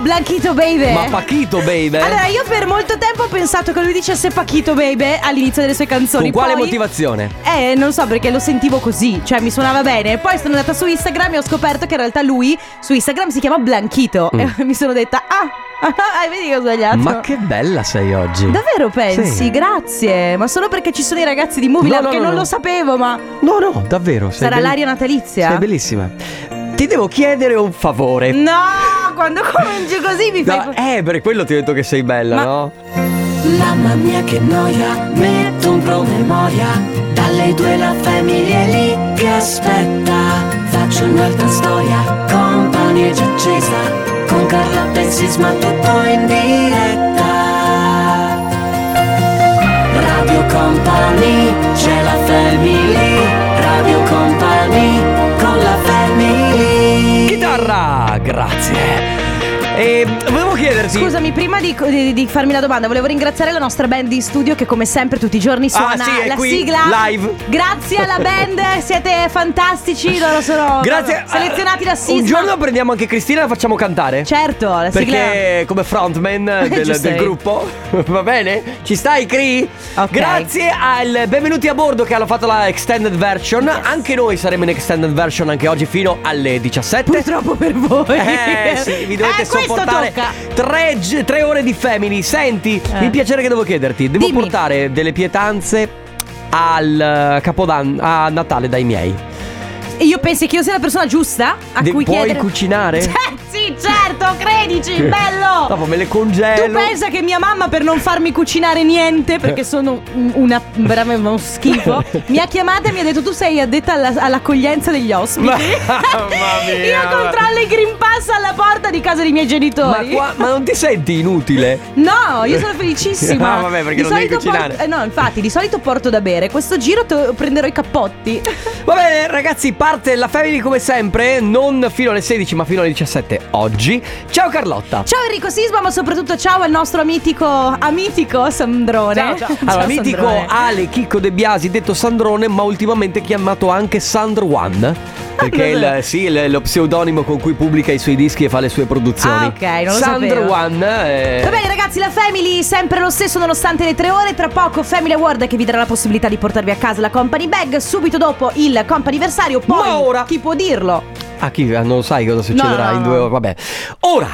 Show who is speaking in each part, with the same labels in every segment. Speaker 1: Blanchito Baby.
Speaker 2: Ma Pachito, baby.
Speaker 1: Eh. Allora, io per molto tempo ho pensato che lui dicesse Pachito Baby all'inizio delle sue canzoni.
Speaker 2: Con quale
Speaker 1: Poi-
Speaker 2: motivazione?
Speaker 1: Eh, non so perché lo sentivo così, cioè mi suonava bene. Poi sono andata su Instagram e ho scoperto che in realtà lui su Instagram si chiama Blanchito. E mi sono detta, ah, ah, vedi che ho sbagliato.
Speaker 2: Mm. Ma che bella sei oggi.
Speaker 1: Davvero pensi?
Speaker 2: Sì.
Speaker 1: Grazie. Ma solo perché ci sono i ragazzi di Movie
Speaker 2: No,
Speaker 1: Lab
Speaker 2: no,
Speaker 1: che
Speaker 2: no,
Speaker 1: non
Speaker 2: no.
Speaker 1: lo sapevo, ma
Speaker 2: No, no, davvero. sei
Speaker 1: sarà
Speaker 2: belli-
Speaker 1: l'aria natalizia.
Speaker 2: Sei bellissima. Ti devo chiedere un favore.
Speaker 1: Mm, No, quando cominci così mi
Speaker 2: No,
Speaker 1: fai.
Speaker 2: eh, per quello ti ho detto che sei bella,
Speaker 1: Ma-
Speaker 2: no?
Speaker 3: Mamma mia che noia, metto un promemoria. Dalle due la famiglia è lì che aspetta. Faccio un'altra storia, compagnia già accesa. Con Carla e Sisma tutto in diretta. Radio Company, c'è la family. Radio Company, con la family.
Speaker 2: Chitarra, grazie. E volevo chiederti.
Speaker 1: Scusami, prima di, di- di farmi la domanda, volevo ringraziare la nostra band di studio che come sempre tutti i giorni suona
Speaker 2: Ah, sì, è
Speaker 1: la
Speaker 2: qui,
Speaker 1: sigla.
Speaker 2: live.
Speaker 1: Grazie alla band, siete fantastici, loro sono
Speaker 2: Grazie.
Speaker 1: selezionati da Sisma.
Speaker 2: Un giorno prendiamo anche Cristina e la facciamo cantare.
Speaker 1: Certo, la sigla.
Speaker 2: Perché come frontman del,
Speaker 1: Ci
Speaker 2: del
Speaker 1: sei.
Speaker 2: gruppo Va bene? Ci stai Cri?
Speaker 1: Ok.
Speaker 2: Grazie al Benvenuti a bordo che hanno fatto la extended version Anche noi saremo in extended version anche oggi fino alle 17
Speaker 1: Purtroppo per voi.
Speaker 2: Eh sì, vi dovete
Speaker 1: Eh, questo
Speaker 2: sopportare
Speaker 1: tocca.
Speaker 2: tre, gi- tre ore di Family Senti,
Speaker 1: Eh.
Speaker 2: il piacere che devo chiederti Devo
Speaker 1: Dimmi.
Speaker 2: portare delle pietanze al eh, Capodanno, a Natale dai miei
Speaker 1: Io pensi che io sia la persona giusta a
Speaker 2: De-
Speaker 1: cui
Speaker 2: puoi
Speaker 1: chiedere.
Speaker 2: cucinare?
Speaker 1: Cioè, sì, certo, credici, bello.
Speaker 2: Dopo me le
Speaker 1: Oh. Tu
Speaker 2: congelo
Speaker 1: pensa che mia mamma per non farmi cucinare niente perché sono un- una veramente uno schifo mi ha chiamata e mi ha detto tu sei addetta alla- all'accoglienza degli ospiti.
Speaker 2: Ma- mamma mia.
Speaker 1: Io controllo i Green Pass alla porta di casa dei miei
Speaker 2: ma,
Speaker 1: genitori.
Speaker 2: qua- ma non ti senti inutile?
Speaker 1: No, io sono felicissima.
Speaker 2: Ah, vabbè, perché
Speaker 1: Di
Speaker 2: non devi
Speaker 1: solito
Speaker 2: cucinare.
Speaker 1: porto- eh, no, infatti, di solito porto da bere. Questo giro to- prenderò i cappotti.
Speaker 2: Va bene ragazzi, parte la family come sempre, non fino alle 16 ma fino alle 17 oggi. Ciao Carlotta.
Speaker 1: Ciao Enrico Sisma, ma soprattutto ciao al nostro mitico, amitico Sandrone.
Speaker 2: Allora,
Speaker 1: Ciao,
Speaker 2: mitico
Speaker 1: Sandrone.
Speaker 2: Ale Chicco De Biasi, detto Sandrone, ma ultimamente chiamato anche Sandro One. Perché
Speaker 1: Ah, vabbè.
Speaker 2: il, sì, il- lo pseudonimo con cui pubblica i suoi dischi e fa le sue
Speaker 1: Ah,
Speaker 2: produzioni.
Speaker 1: ok, non lo
Speaker 2: Sandro
Speaker 1: sapevo.
Speaker 2: One. eh,
Speaker 1: Va bene ragazzi, la Family sempre lo stesso nonostante le tre ore, tra poco Family Award che vi darà la possibilità di portarvi a casa la company bag, subito dopo il companiversario, poi
Speaker 2: Ma ora-
Speaker 1: chi può dirlo?
Speaker 2: Ah, chi non lo sai cosa succederà
Speaker 1: no,
Speaker 2: in
Speaker 1: no.
Speaker 2: due ore. Vabbè. Ora.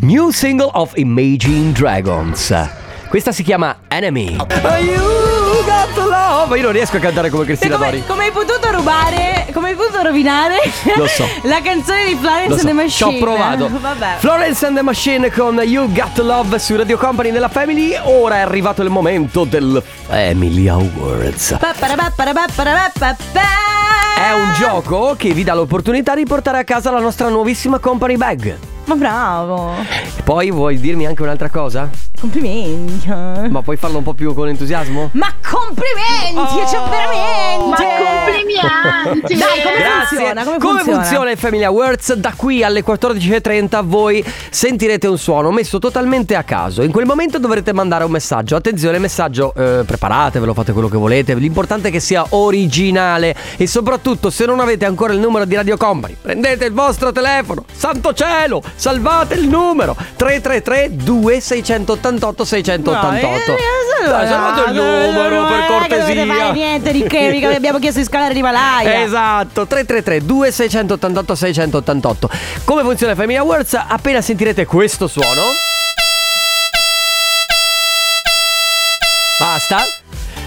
Speaker 2: New single of Imagine Dragons. Questa si chiama Enemy. You got the love. Io non riesco a cantare come
Speaker 1: Te
Speaker 2: Cristina
Speaker 1: come,
Speaker 2: Dori.
Speaker 1: come hai potuto rubare, come hai potuto rovinare
Speaker 2: Lo so.
Speaker 1: la canzone di
Speaker 2: Lo
Speaker 1: Florence
Speaker 2: so,
Speaker 1: and the
Speaker 2: Ci
Speaker 1: Machine? eh,
Speaker 2: ho provato.
Speaker 1: Vabbè.
Speaker 2: Florence and the Machine con You Got the Love su Radio Company nella Family. Ora è arrivato il momento del Family Awards. È
Speaker 1: È
Speaker 2: un gioco che vi dà l'opportunità di portare a casa la nostra nuovissima company bag.
Speaker 1: Ma bravo,
Speaker 2: Poi vuoi dirmi anche un'altra cosa?
Speaker 1: complimenti. eh. Ma,
Speaker 2: Ma puoi farlo un po' più con entusiasmo?
Speaker 1: complimenti,
Speaker 2: Oh.
Speaker 1: cioè veramente.
Speaker 2: Ma
Speaker 4: complimenti!
Speaker 1: Dai, come
Speaker 2: Grazie.
Speaker 1: funziona? Come,
Speaker 2: funziona il Family Awards? Da qui alle 14.30 voi sentirete un suono messo totalmente a caso. In quel momento dovrete mandare un messaggio. Attenzione, messaggio eh, preparatevelo, fate quello che volete. L'importante è che sia originale. E soprattutto, se non avete ancora il numero di Radio Company, prendete il vostro telefono. Santo cielo, salvate il numero 333 2688 688.
Speaker 1: Eh,
Speaker 2: Dai, salvate il numero per
Speaker 1: Non fare
Speaker 2: cortesia.
Speaker 1: niente di che, mica vi abbiamo chiesto di scalare l'Himalaya.
Speaker 2: Esatto, 333 2688 688. Come funziona Family Awards? Appena sentirete questo suono Basta.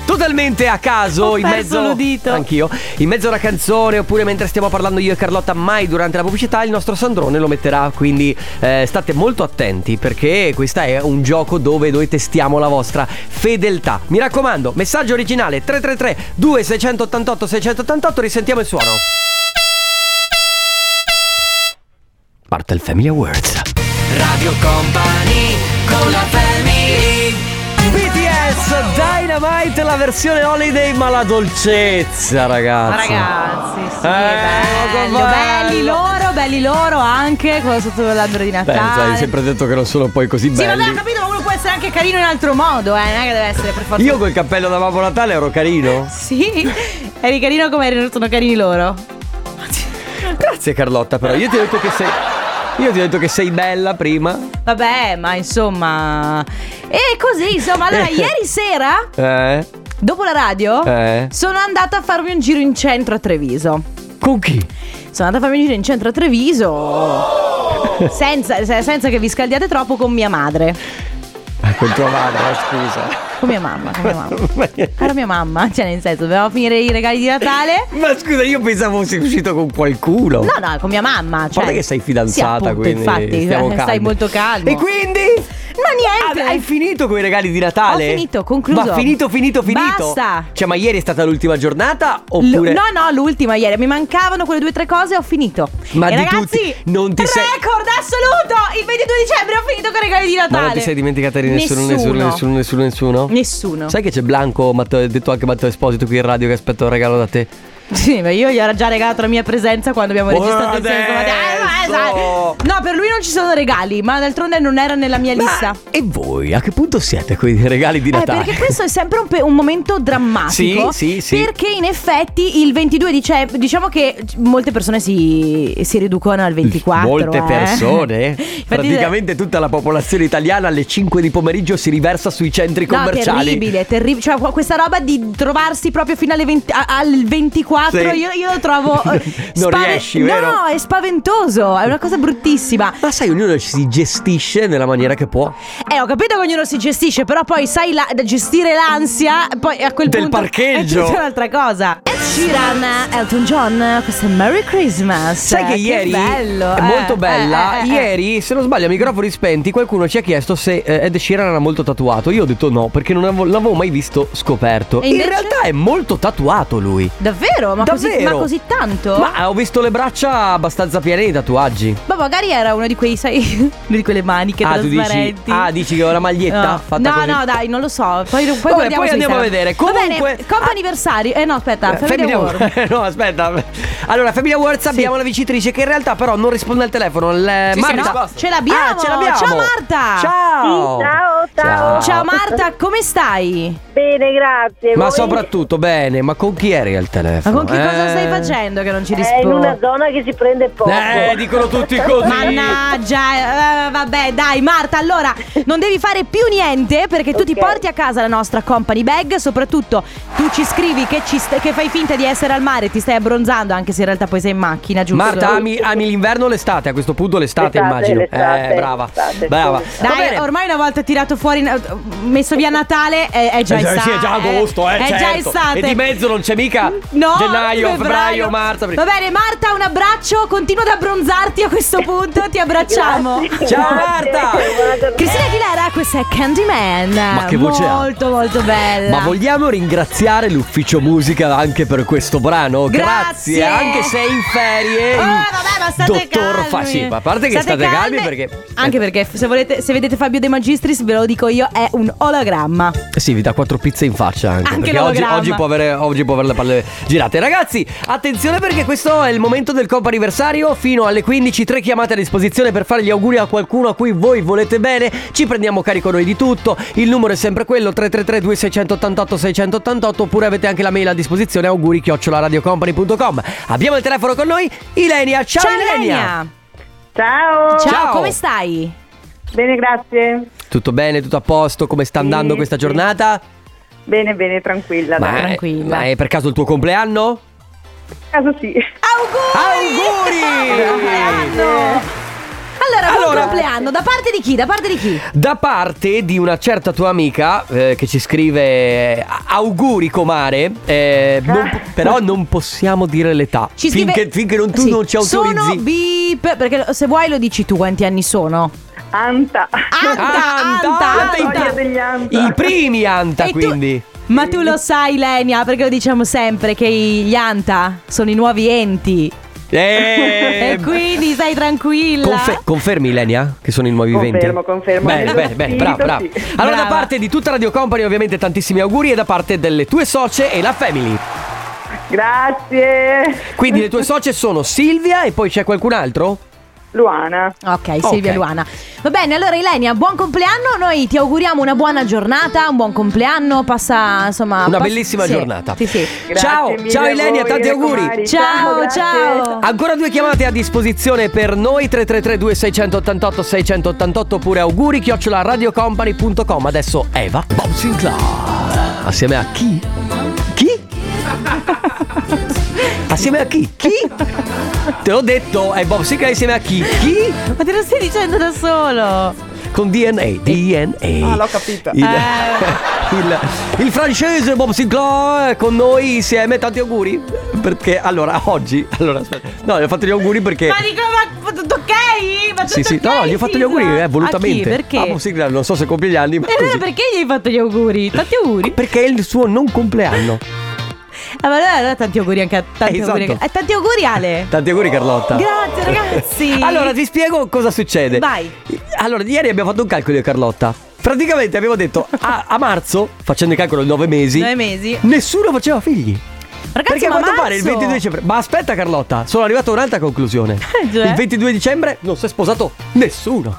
Speaker 2: Totalmente a caso,
Speaker 1: Ho
Speaker 2: in
Speaker 1: perso
Speaker 2: mezzo
Speaker 1: l'udito.
Speaker 2: anch'io, in mezzo a una canzone oppure mentre stiamo parlando io e Carlotta mai durante la pubblicità il nostro Sandrone lo metterà, quindi eh, state molto attenti perché questo è un gioco dove noi testiamo la vostra fedeltà. Mi raccomando, messaggio originale 333 2688 688, risentiamo il suono. Parte il Family Awards. Radio Company con la Family. BTS Dynamite la versione holiday ma la dolcezza
Speaker 1: Ma
Speaker 2: ragazzi.
Speaker 1: Ragazzi, sì,
Speaker 2: Eh,
Speaker 1: bello,
Speaker 2: bello.
Speaker 1: belli loro, belli loro anche con- sotto l'albero di
Speaker 2: Beh, sai,
Speaker 1: Natale.
Speaker 2: hai sempre detto che non sono poi così
Speaker 1: sì, vabbè,
Speaker 2: belli.
Speaker 1: ho capito, ma uno può essere anche carino in altro modo, eh, non è che deve essere per forza.
Speaker 2: Io col cappello da Babbo Natale ero carino.
Speaker 1: Sì, eri carino come erano- sono carini loro.
Speaker 2: Grazie Carlotta, però io ti ho detto che sei Io ti ho detto che sei bella prima.
Speaker 1: Vabbè, ma insomma. E così, insomma, allora,
Speaker 2: Eh.
Speaker 1: ieri sera,
Speaker 2: Eh?
Speaker 1: dopo la radio,
Speaker 2: Eh?
Speaker 1: sono andata a farmi un giro in centro a Treviso.
Speaker 2: Con chi?
Speaker 1: Sono andata a farmi un giro in centro a Treviso. Senza, se- senza che vi scaldiate troppo con mia madre.
Speaker 2: Ah, Con tua madre, scusa.
Speaker 1: Con mia mamma, con mia mamma. Era mia mamma, cioè nel senso, dovevamo finire i regali di Natale.
Speaker 2: Ma scusa, io pensavo fossi uscito con qualcuno.
Speaker 1: No, no, con mia mamma. Cioè,
Speaker 2: guarda che sei
Speaker 1: Sì,
Speaker 2: fidanzata,
Speaker 1: appunto,
Speaker 2: quindi
Speaker 1: Infatti,
Speaker 2: stiamo
Speaker 1: stai
Speaker 2: calmi.
Speaker 1: molto calmo.
Speaker 2: E quindi?
Speaker 1: Ma niente.
Speaker 2: Ah, hai finito con i regali di
Speaker 1: Ho
Speaker 2: Natale?
Speaker 1: finito, concluso.
Speaker 2: Ma finito, finito, finito.
Speaker 1: Basta.
Speaker 2: Cioè, ma ieri è stata l'ultima giornata?
Speaker 1: L-
Speaker 2: Oppure.
Speaker 1: no, no, l'ultima ieri. Mi mancavano quelle due o tre cose e ho finito.
Speaker 2: Ma
Speaker 1: e
Speaker 2: di
Speaker 1: ragazzi,
Speaker 2: tutti, non ti sei-
Speaker 1: record assoluto! Il 22 dicembre ho finito con i regali di Natale.
Speaker 2: Ma non ti sei dimenticata di nessuno, nessuno,
Speaker 1: Nessuno.
Speaker 2: nessuno, nessuno, nessuno?
Speaker 1: Nessuno.
Speaker 2: Sai che c'è Blanco, Matteo- detto anche Matteo Esposito qui in radio che aspetta un regalo da te?
Speaker 1: Sì, ma io gli ho già regalato la mia presenza quando abbiamo registrato insieme con Matteo. Eh, ma
Speaker 2: Adesso!
Speaker 1: sai- No, per lui non ci sono regali, ma d'altronde non era nella mia lista.
Speaker 2: Ma- e voi a che punto siete con i regali di
Speaker 1: Eh,
Speaker 2: Natale?
Speaker 1: perché questo è sempre un, pe- un momento drammatico.
Speaker 2: Sì, sì, sì.
Speaker 1: Perché in effetti il 22 dicembre, diciamo che molte persone si, si riducono al 24.
Speaker 2: Molte
Speaker 1: eh.
Speaker 2: persone,
Speaker 1: Infatti,
Speaker 2: praticamente tutta la popolazione italiana alle 5 di pomeriggio si riversa sui centri
Speaker 1: No,
Speaker 2: commerciali.
Speaker 1: terribile, terribile. Cioè, qu- questa roba di trovarsi proprio fino alle 20 a- al 24,
Speaker 2: Sì.
Speaker 1: io, io lo trovo. eh,
Speaker 2: Non riesci, vero?
Speaker 1: No, è spaventoso, è una cosa bruttissima.
Speaker 2: Ma sai, ognuno si gestisce nella maniera che può.
Speaker 1: Eh, ho capito che ognuno si gestisce, però poi sai la- da gestire l'ansia, poi a quel
Speaker 2: Del
Speaker 1: punto
Speaker 2: parcheggio.
Speaker 1: è tutta un'altra cosa. Ed Sheeran, Elton John, questo è Merry Christmas.
Speaker 2: Sai che ieri
Speaker 1: bello,
Speaker 2: è
Speaker 1: eh,
Speaker 2: molto
Speaker 1: eh,
Speaker 2: bella.
Speaker 1: eh, eh, eh.
Speaker 2: ieri, se non sbaglio, a microfoni spenti, qualcuno ci ha chiesto se eh, Ed Sheeran era molto tatuato. Io ho detto no, perché non avevo- l'avevo mai visto scoperto.
Speaker 1: E
Speaker 2: In
Speaker 1: invece?
Speaker 2: realtà è molto tatuato lui.
Speaker 1: Davvero? Ma, Così,
Speaker 2: Davvero?
Speaker 1: ma così tanto?
Speaker 2: Ma eh, ho visto le braccia abbastanza piene di tatuaggi.
Speaker 1: Ma magari era uno di quei, sai, uno di quelle maniche
Speaker 2: ah, tu dici,
Speaker 1: trasparenti.
Speaker 2: ah, dici che ho la maglietta
Speaker 1: No.
Speaker 2: fatta
Speaker 1: no,
Speaker 2: così.
Speaker 1: no, dai, non lo so. Poi, poi,
Speaker 2: Vabbè,
Speaker 1: guardiamo
Speaker 2: poi
Speaker 1: su
Speaker 2: andiamo
Speaker 1: Instagram.
Speaker 2: a vedere.
Speaker 1: Va
Speaker 2: Comunque- Ah.
Speaker 1: bene, comp anniversario. Eh no, aspetta, Family Award.
Speaker 2: Award. no, aspetta. Allora, Family Awards abbiamo la vincitrice che in realtà però non risponde al telefono. Il-
Speaker 1: sì,
Speaker 2: Marta.
Speaker 1: risposta. Ce l'abbiamo.
Speaker 2: Ah, ce l'abbiamo.
Speaker 1: Ciao, Marta.
Speaker 2: Ciao.
Speaker 5: Sì, ciao, ciao.
Speaker 1: Ciao Marta, come stai?
Speaker 5: Bene, grazie.
Speaker 2: Ma
Speaker 5: Voi?
Speaker 2: soprattutto bene, ma con chi eri al
Speaker 1: Ma
Speaker 2: telefono?
Speaker 1: con che cosa
Speaker 2: Eh.
Speaker 1: stai facendo che non ci
Speaker 5: È Eh, in una
Speaker 1: rispondi?
Speaker 5: zona che si prende poco.
Speaker 2: Eh, dicono tutti così.
Speaker 1: Mannaggia, eh, vabbè, dai Marta, allora non devi fare più niente perché tu ti
Speaker 5: Ok.
Speaker 1: porti a casa la nostra company bag, soprattutto tu ci scrivi che, ci st- che fai finta di essere al mare e ti stai abbronzando anche se in realtà poi sei in macchina, giusto?
Speaker 2: Marta, ami, ami l'inverno o l'estate? A questo punto l'estate,
Speaker 5: L'estate,
Speaker 2: immagino.
Speaker 5: l'estate,
Speaker 2: eh, brava.
Speaker 5: l'estate,
Speaker 2: brava.
Speaker 5: sì.
Speaker 2: Va
Speaker 1: Dai,
Speaker 2: bene.
Speaker 1: ormai una volta tirato fuori, eh, messo via Natale, è, è già
Speaker 2: Eh,
Speaker 1: estate.
Speaker 2: sì, è già agosto, eh,
Speaker 1: È
Speaker 2: certo.
Speaker 1: già estate.
Speaker 2: E di mezzo non c'è mica
Speaker 1: No,
Speaker 2: gennaio, febbraio, marzo. aprile.
Speaker 1: Va bene, Marta, un abbraccio. Continua ad abbronzarti a questo punto. Ti abbracciamo.
Speaker 5: Grazie.
Speaker 2: Ciao,
Speaker 5: Grazie,
Speaker 2: Marta.
Speaker 5: buona giornata.
Speaker 1: Cristina Aguilera, questa è Candyman.
Speaker 2: Ma che voce ha?
Speaker 1: Molto, molto bella.
Speaker 2: Ma vogliamo ringraziare l'ufficio musica anche per questo brano?
Speaker 1: Grazie.
Speaker 2: anche se in ferie.
Speaker 1: Eh,
Speaker 2: il
Speaker 1: vabbè, ma state
Speaker 2: dottor
Speaker 1: calmi.
Speaker 2: Fa- sì, ma a parte che state, calmi perché.
Speaker 1: Anche perché se, volete, se vedete Fabio De Magistris, ve lo dico io, è un ologramma.
Speaker 2: Eh Sì, vi dà quattro pizze in faccia anche,
Speaker 1: Anche
Speaker 2: perché oggi,
Speaker 1: l'ologramma.
Speaker 2: oggi può avere, oggi può avere le palle girate. Ragazzi, attenzione perché questo è il momento del compo anniversario. Fino alle 15, tre chiamate a disposizione per fare gli auguri a qualcuno a cui voi volete bene. Ci prendiamo carico noi di tutto. Il numero è sempre quello: 333-2688-688. Oppure avete anche la mail a disposizione: auguri radiocompany.com. Abbiamo il telefono con noi, Ilenia. Ciao,
Speaker 1: Ilenia. Ciao,
Speaker 5: Ciao.
Speaker 2: Ciao.
Speaker 1: come stai?
Speaker 5: Bene, grazie.
Speaker 2: Tutto bene, tutto a posto? Come sta
Speaker 5: Sì,
Speaker 2: andando questa
Speaker 5: sì.
Speaker 2: giornata?
Speaker 5: Bene, bene, tranquilla.
Speaker 2: Ma-
Speaker 5: dai.
Speaker 1: tranquilla.
Speaker 2: ma è per caso il tuo compleanno?
Speaker 5: Per caso sì.
Speaker 1: Auguri!
Speaker 2: Auguri!
Speaker 1: Buon compleanno! Allora, buon
Speaker 2: Allora-
Speaker 1: compleanno, da parte di chi? Da parte di chi?
Speaker 2: Da parte di una certa tua amica eh, che ci scrive "A- auguri comare, eh, non-
Speaker 5: Ah.
Speaker 2: però non possiamo dire l'età.
Speaker 1: Ci scrive-
Speaker 2: finché finché non, tu
Speaker 1: Sì.
Speaker 2: non ci autorizzi.
Speaker 1: Sono beep, perché se vuoi lo dici tu quanti anni sono.
Speaker 5: Anta.
Speaker 1: Anta,
Speaker 2: Anta,
Speaker 1: anta,
Speaker 2: la
Speaker 1: anta.
Speaker 5: Storia degli Anta.
Speaker 2: I primi Anta
Speaker 1: E tu-
Speaker 2: quindi.
Speaker 1: Ma tu lo sai, Lenia, perché lo diciamo sempre che i- gli Anta sono i nuovi enti.
Speaker 2: Eh,
Speaker 1: e quindi stai tranquilla.
Speaker 2: confe- confermi Ilenia che sono i nuovi
Speaker 5: Confermo,
Speaker 2: venti?
Speaker 5: confermo.
Speaker 2: Bene,
Speaker 5: Nello
Speaker 2: bene, bene,
Speaker 5: spirito,
Speaker 2: bravo, bravo.
Speaker 5: sì.
Speaker 2: Allora da
Speaker 1: Brava.
Speaker 2: parte di tutta Radio Company ovviamente tantissimi auguri e da parte delle tue socie e la family.
Speaker 5: Grazie.
Speaker 2: Quindi le tue socie sono Silvia e poi c'è qualcun altro?
Speaker 5: Luana.
Speaker 1: Ok, Silvia
Speaker 2: Ok.
Speaker 1: Luana. Va bene, allora Ilenia, buon compleanno. Noi ti auguriamo una buona giornata, un buon compleanno. Passa, insomma,
Speaker 2: Una
Speaker 1: pas-
Speaker 2: bellissima
Speaker 1: sì,
Speaker 2: giornata.
Speaker 1: Sì, sì.
Speaker 5: Grazie
Speaker 2: Ciao,
Speaker 5: mille
Speaker 2: ciao
Speaker 5: a
Speaker 2: Ilenia,
Speaker 5: voi,
Speaker 2: tanti auguri.
Speaker 5: raccomari.
Speaker 1: Ciao,
Speaker 5: grazie.
Speaker 1: ciao.
Speaker 2: Ancora due chiamate a disposizione per noi 3332 688 688 oppure auguri chiocciola radiocompany.com Adesso Eva Bob Sinclair Assieme a chi? Chi? Assieme a chi? Chi? Te l'ho detto, è Bob Sinclair insieme a chi? Chi?
Speaker 1: Ma te lo stai dicendo da solo?
Speaker 2: Con DNA, DNA
Speaker 5: Ah, l'ho capita.
Speaker 2: il,
Speaker 1: Eh.
Speaker 2: il- il francese Bob Sinclair è con noi insieme, tanti auguri Perché allora oggi, allora aspetta No, gli ho fatto gli auguri perché
Speaker 1: Ma dico, ma tutto ok? Ma
Speaker 2: Eh.
Speaker 1: tutto
Speaker 2: Sì, sì, no,
Speaker 1: ok,
Speaker 2: no, gli ho fatto gli
Speaker 1: Silvia?
Speaker 2: auguri eh, volutamente.
Speaker 1: A chi? Perché?
Speaker 2: Ah, Bob Sinclair, non so se compie gli anni, ma
Speaker 1: E allora
Speaker 2: così.
Speaker 1: perché gli hai fatto gli auguri? Tanti auguri.
Speaker 2: Perché è il suo non compleanno.
Speaker 1: Ah, ma allora, allora tanti auguri anche a tanti
Speaker 2: Eh,
Speaker 1: auguri.
Speaker 2: esatto.
Speaker 1: anche- eh, tanti auguri Ale.
Speaker 2: Tanti auguri Carlotta.
Speaker 1: Grazie ragazzi.
Speaker 2: Allora, ti spiego cosa succede.
Speaker 1: Vai.
Speaker 2: Allora, ieri abbiamo fatto un calcolo io e Carlotta. Praticamente abbiamo detto a, a marzo, facendo il calcolo di nove mesi,
Speaker 1: Nove mesi.
Speaker 2: nessuno faceva figli.
Speaker 1: Ragazzi,
Speaker 2: Perché a
Speaker 1: ma
Speaker 2: quanto pare il
Speaker 1: marzo-
Speaker 2: 22 dicembre. Ma aspetta, Carlotta, sono arrivato a un'altra conclusione.
Speaker 1: Cioè?
Speaker 2: Il 22 dicembre non si è sposato nessuno.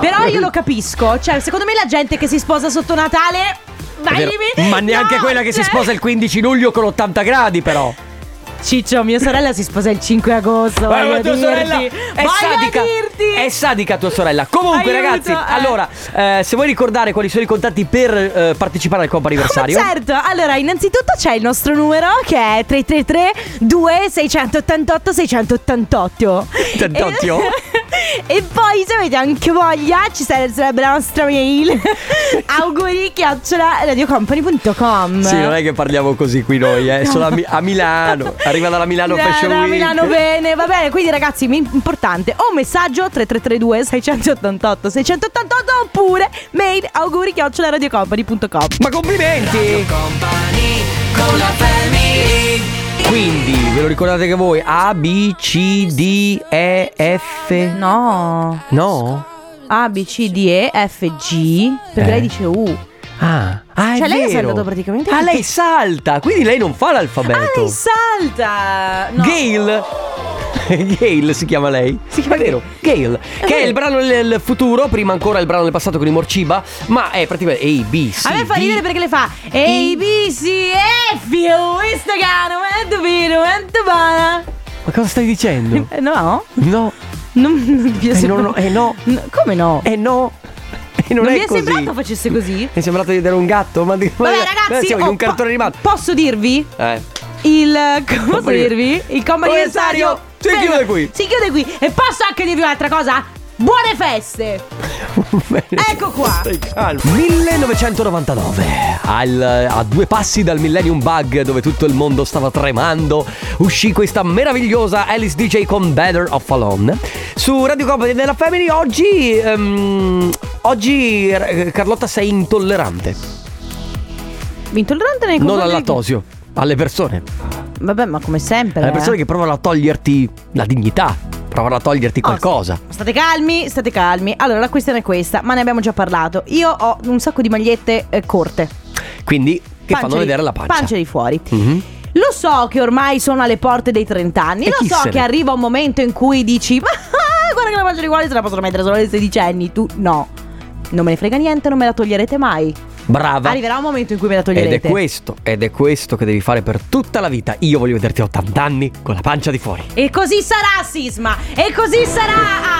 Speaker 1: Però io lo capisco, cioè secondo me la gente che si sposa sotto Natale
Speaker 2: È
Speaker 1: dai,
Speaker 2: vero.
Speaker 1: dimmi-
Speaker 2: Ma neanche
Speaker 1: No,
Speaker 2: quella che si
Speaker 1: cioè-
Speaker 2: sposa il 15 luglio con 80 gradi, però.
Speaker 1: Ciccio, mia sorella si sposa il 5 agosto.
Speaker 2: Guarda,
Speaker 1: voglio
Speaker 2: Eh, ma tua
Speaker 1: dirti.
Speaker 2: sorella è
Speaker 1: Voglio
Speaker 2: sadica.
Speaker 1: dirti.
Speaker 2: È sadica tua sorella. Comunque,
Speaker 1: Aiuto,
Speaker 2: ragazzi,
Speaker 1: eh.
Speaker 2: allora, eh, se vuoi ricordare quali sono i contatti per eh, partecipare al compo anniversario.
Speaker 1: Certo, allora innanzitutto c'è il nostro numero che è 333 2688 688
Speaker 2: Tantottio.
Speaker 1: E, e poi se avete anche voglia ci sare- sarebbe la nostra mail auguri chiocciola radiocompany.com
Speaker 2: Sì, non è che parliamo così qui noi, eh. Sono a, Mi- a Milano. Arriva dalla Milano
Speaker 1: Da-
Speaker 2: Fashion
Speaker 1: da
Speaker 2: Week.
Speaker 1: Milano bene, va bene. Quindi, ragazzi, mi- importante: o messaggio 3332 688 688 oppure mail auguri radiocompany.com.
Speaker 2: Ma complimenti! Quindi, ve lo ricordate che voi? A, B, C, D, E, F.
Speaker 1: No,
Speaker 2: No?
Speaker 1: A, B, C, D, E, F, G. Perché
Speaker 2: Eh.
Speaker 1: lei dice U.
Speaker 2: Ah, ah è
Speaker 1: Cioè, lei ha
Speaker 2: vero.
Speaker 1: saltato praticamente
Speaker 2: Ah,
Speaker 1: tutto.
Speaker 2: lei salta, quindi lei non fa l'alfabeto.
Speaker 1: Ah, lei salta. No.
Speaker 2: Gail. Gail si chiama lei. Si chiama vero. Gail. che è
Speaker 1: vero.
Speaker 2: il brano del futuro, prima ancora il brano del passato con i Morciba, ma è praticamente A B C.
Speaker 1: A me fa
Speaker 2: D.
Speaker 1: ridere perché le fa A, B, C, F, U, Instagram, and Vino, and Bana.
Speaker 2: Ma cosa stai dicendo?
Speaker 1: Eh, No?
Speaker 2: No.
Speaker 1: Non, non ti piace?
Speaker 2: Eh, no, no, eh, no.
Speaker 1: Come no?
Speaker 2: Eh no. Eh, non,
Speaker 1: non
Speaker 2: è
Speaker 1: mi è
Speaker 2: così.
Speaker 1: sembrato facesse così.
Speaker 2: Mi è sembrato di vedere un gatto, ma di
Speaker 1: Vabbè
Speaker 2: ma-
Speaker 1: ragazzi,
Speaker 2: siamo in
Speaker 1: oh,
Speaker 2: un cartone
Speaker 1: po-
Speaker 2: animato.
Speaker 1: Posso dirvi
Speaker 2: Eh.
Speaker 1: il come posso
Speaker 2: Come dire?
Speaker 1: dirvi? Il comma anniversario
Speaker 2: Si
Speaker 1: fermo.
Speaker 2: chiude qui.
Speaker 1: Si chiude qui e posso anche dirvi un'altra cosa? Buone feste!
Speaker 2: Bene.
Speaker 1: Ecco qua.
Speaker 2: Stai calmo. 1999, al- a due passi dal Millennium Bug, dove tutto il mondo stava tremando, uscì questa meravigliosa Alice DJ con Better of Alone. Su Radio Company della Family oggi. ehm, oggi, eh, Carlotta, sei intollerante.
Speaker 1: Intollerante nei
Speaker 2: Non
Speaker 1: confronti
Speaker 2: al
Speaker 1: di-
Speaker 2: lattosio, alle persone.
Speaker 1: Vabbè, ma come sempre.
Speaker 2: Alle
Speaker 1: eh.
Speaker 2: persone che provano a toglierti la dignità, provano a toglierti
Speaker 1: Oh,
Speaker 2: qualcosa.
Speaker 1: State calmi, state calmi. Allora, la questione è questa, ma ne abbiamo già parlato. Io ho un sacco di magliette eh, corte.
Speaker 2: Quindi, che
Speaker 1: Pancia
Speaker 2: fanno
Speaker 1: di-
Speaker 2: vedere la pancia.
Speaker 1: Pancia di fuori.
Speaker 2: Mhm.
Speaker 1: Lo so che ormai sono alle porte dei 30 anni,
Speaker 2: E
Speaker 1: lo
Speaker 2: chi
Speaker 1: so
Speaker 2: se ne-
Speaker 1: che arriva un momento in cui dici ma ah, guarda che la pancia di cuore se la possono mettere solo le 16 anni, tu no. Non me ne frega niente, non me la toglierete mai.
Speaker 2: Brava.
Speaker 1: Arriverà un momento in cui me la
Speaker 2: Ed
Speaker 1: toglierete.
Speaker 2: è questo, ed è questo che devi fare per tutta la vita. Io voglio vederti a 80 anni con la pancia di fuori.
Speaker 1: E così sarà Sisma, e così sarà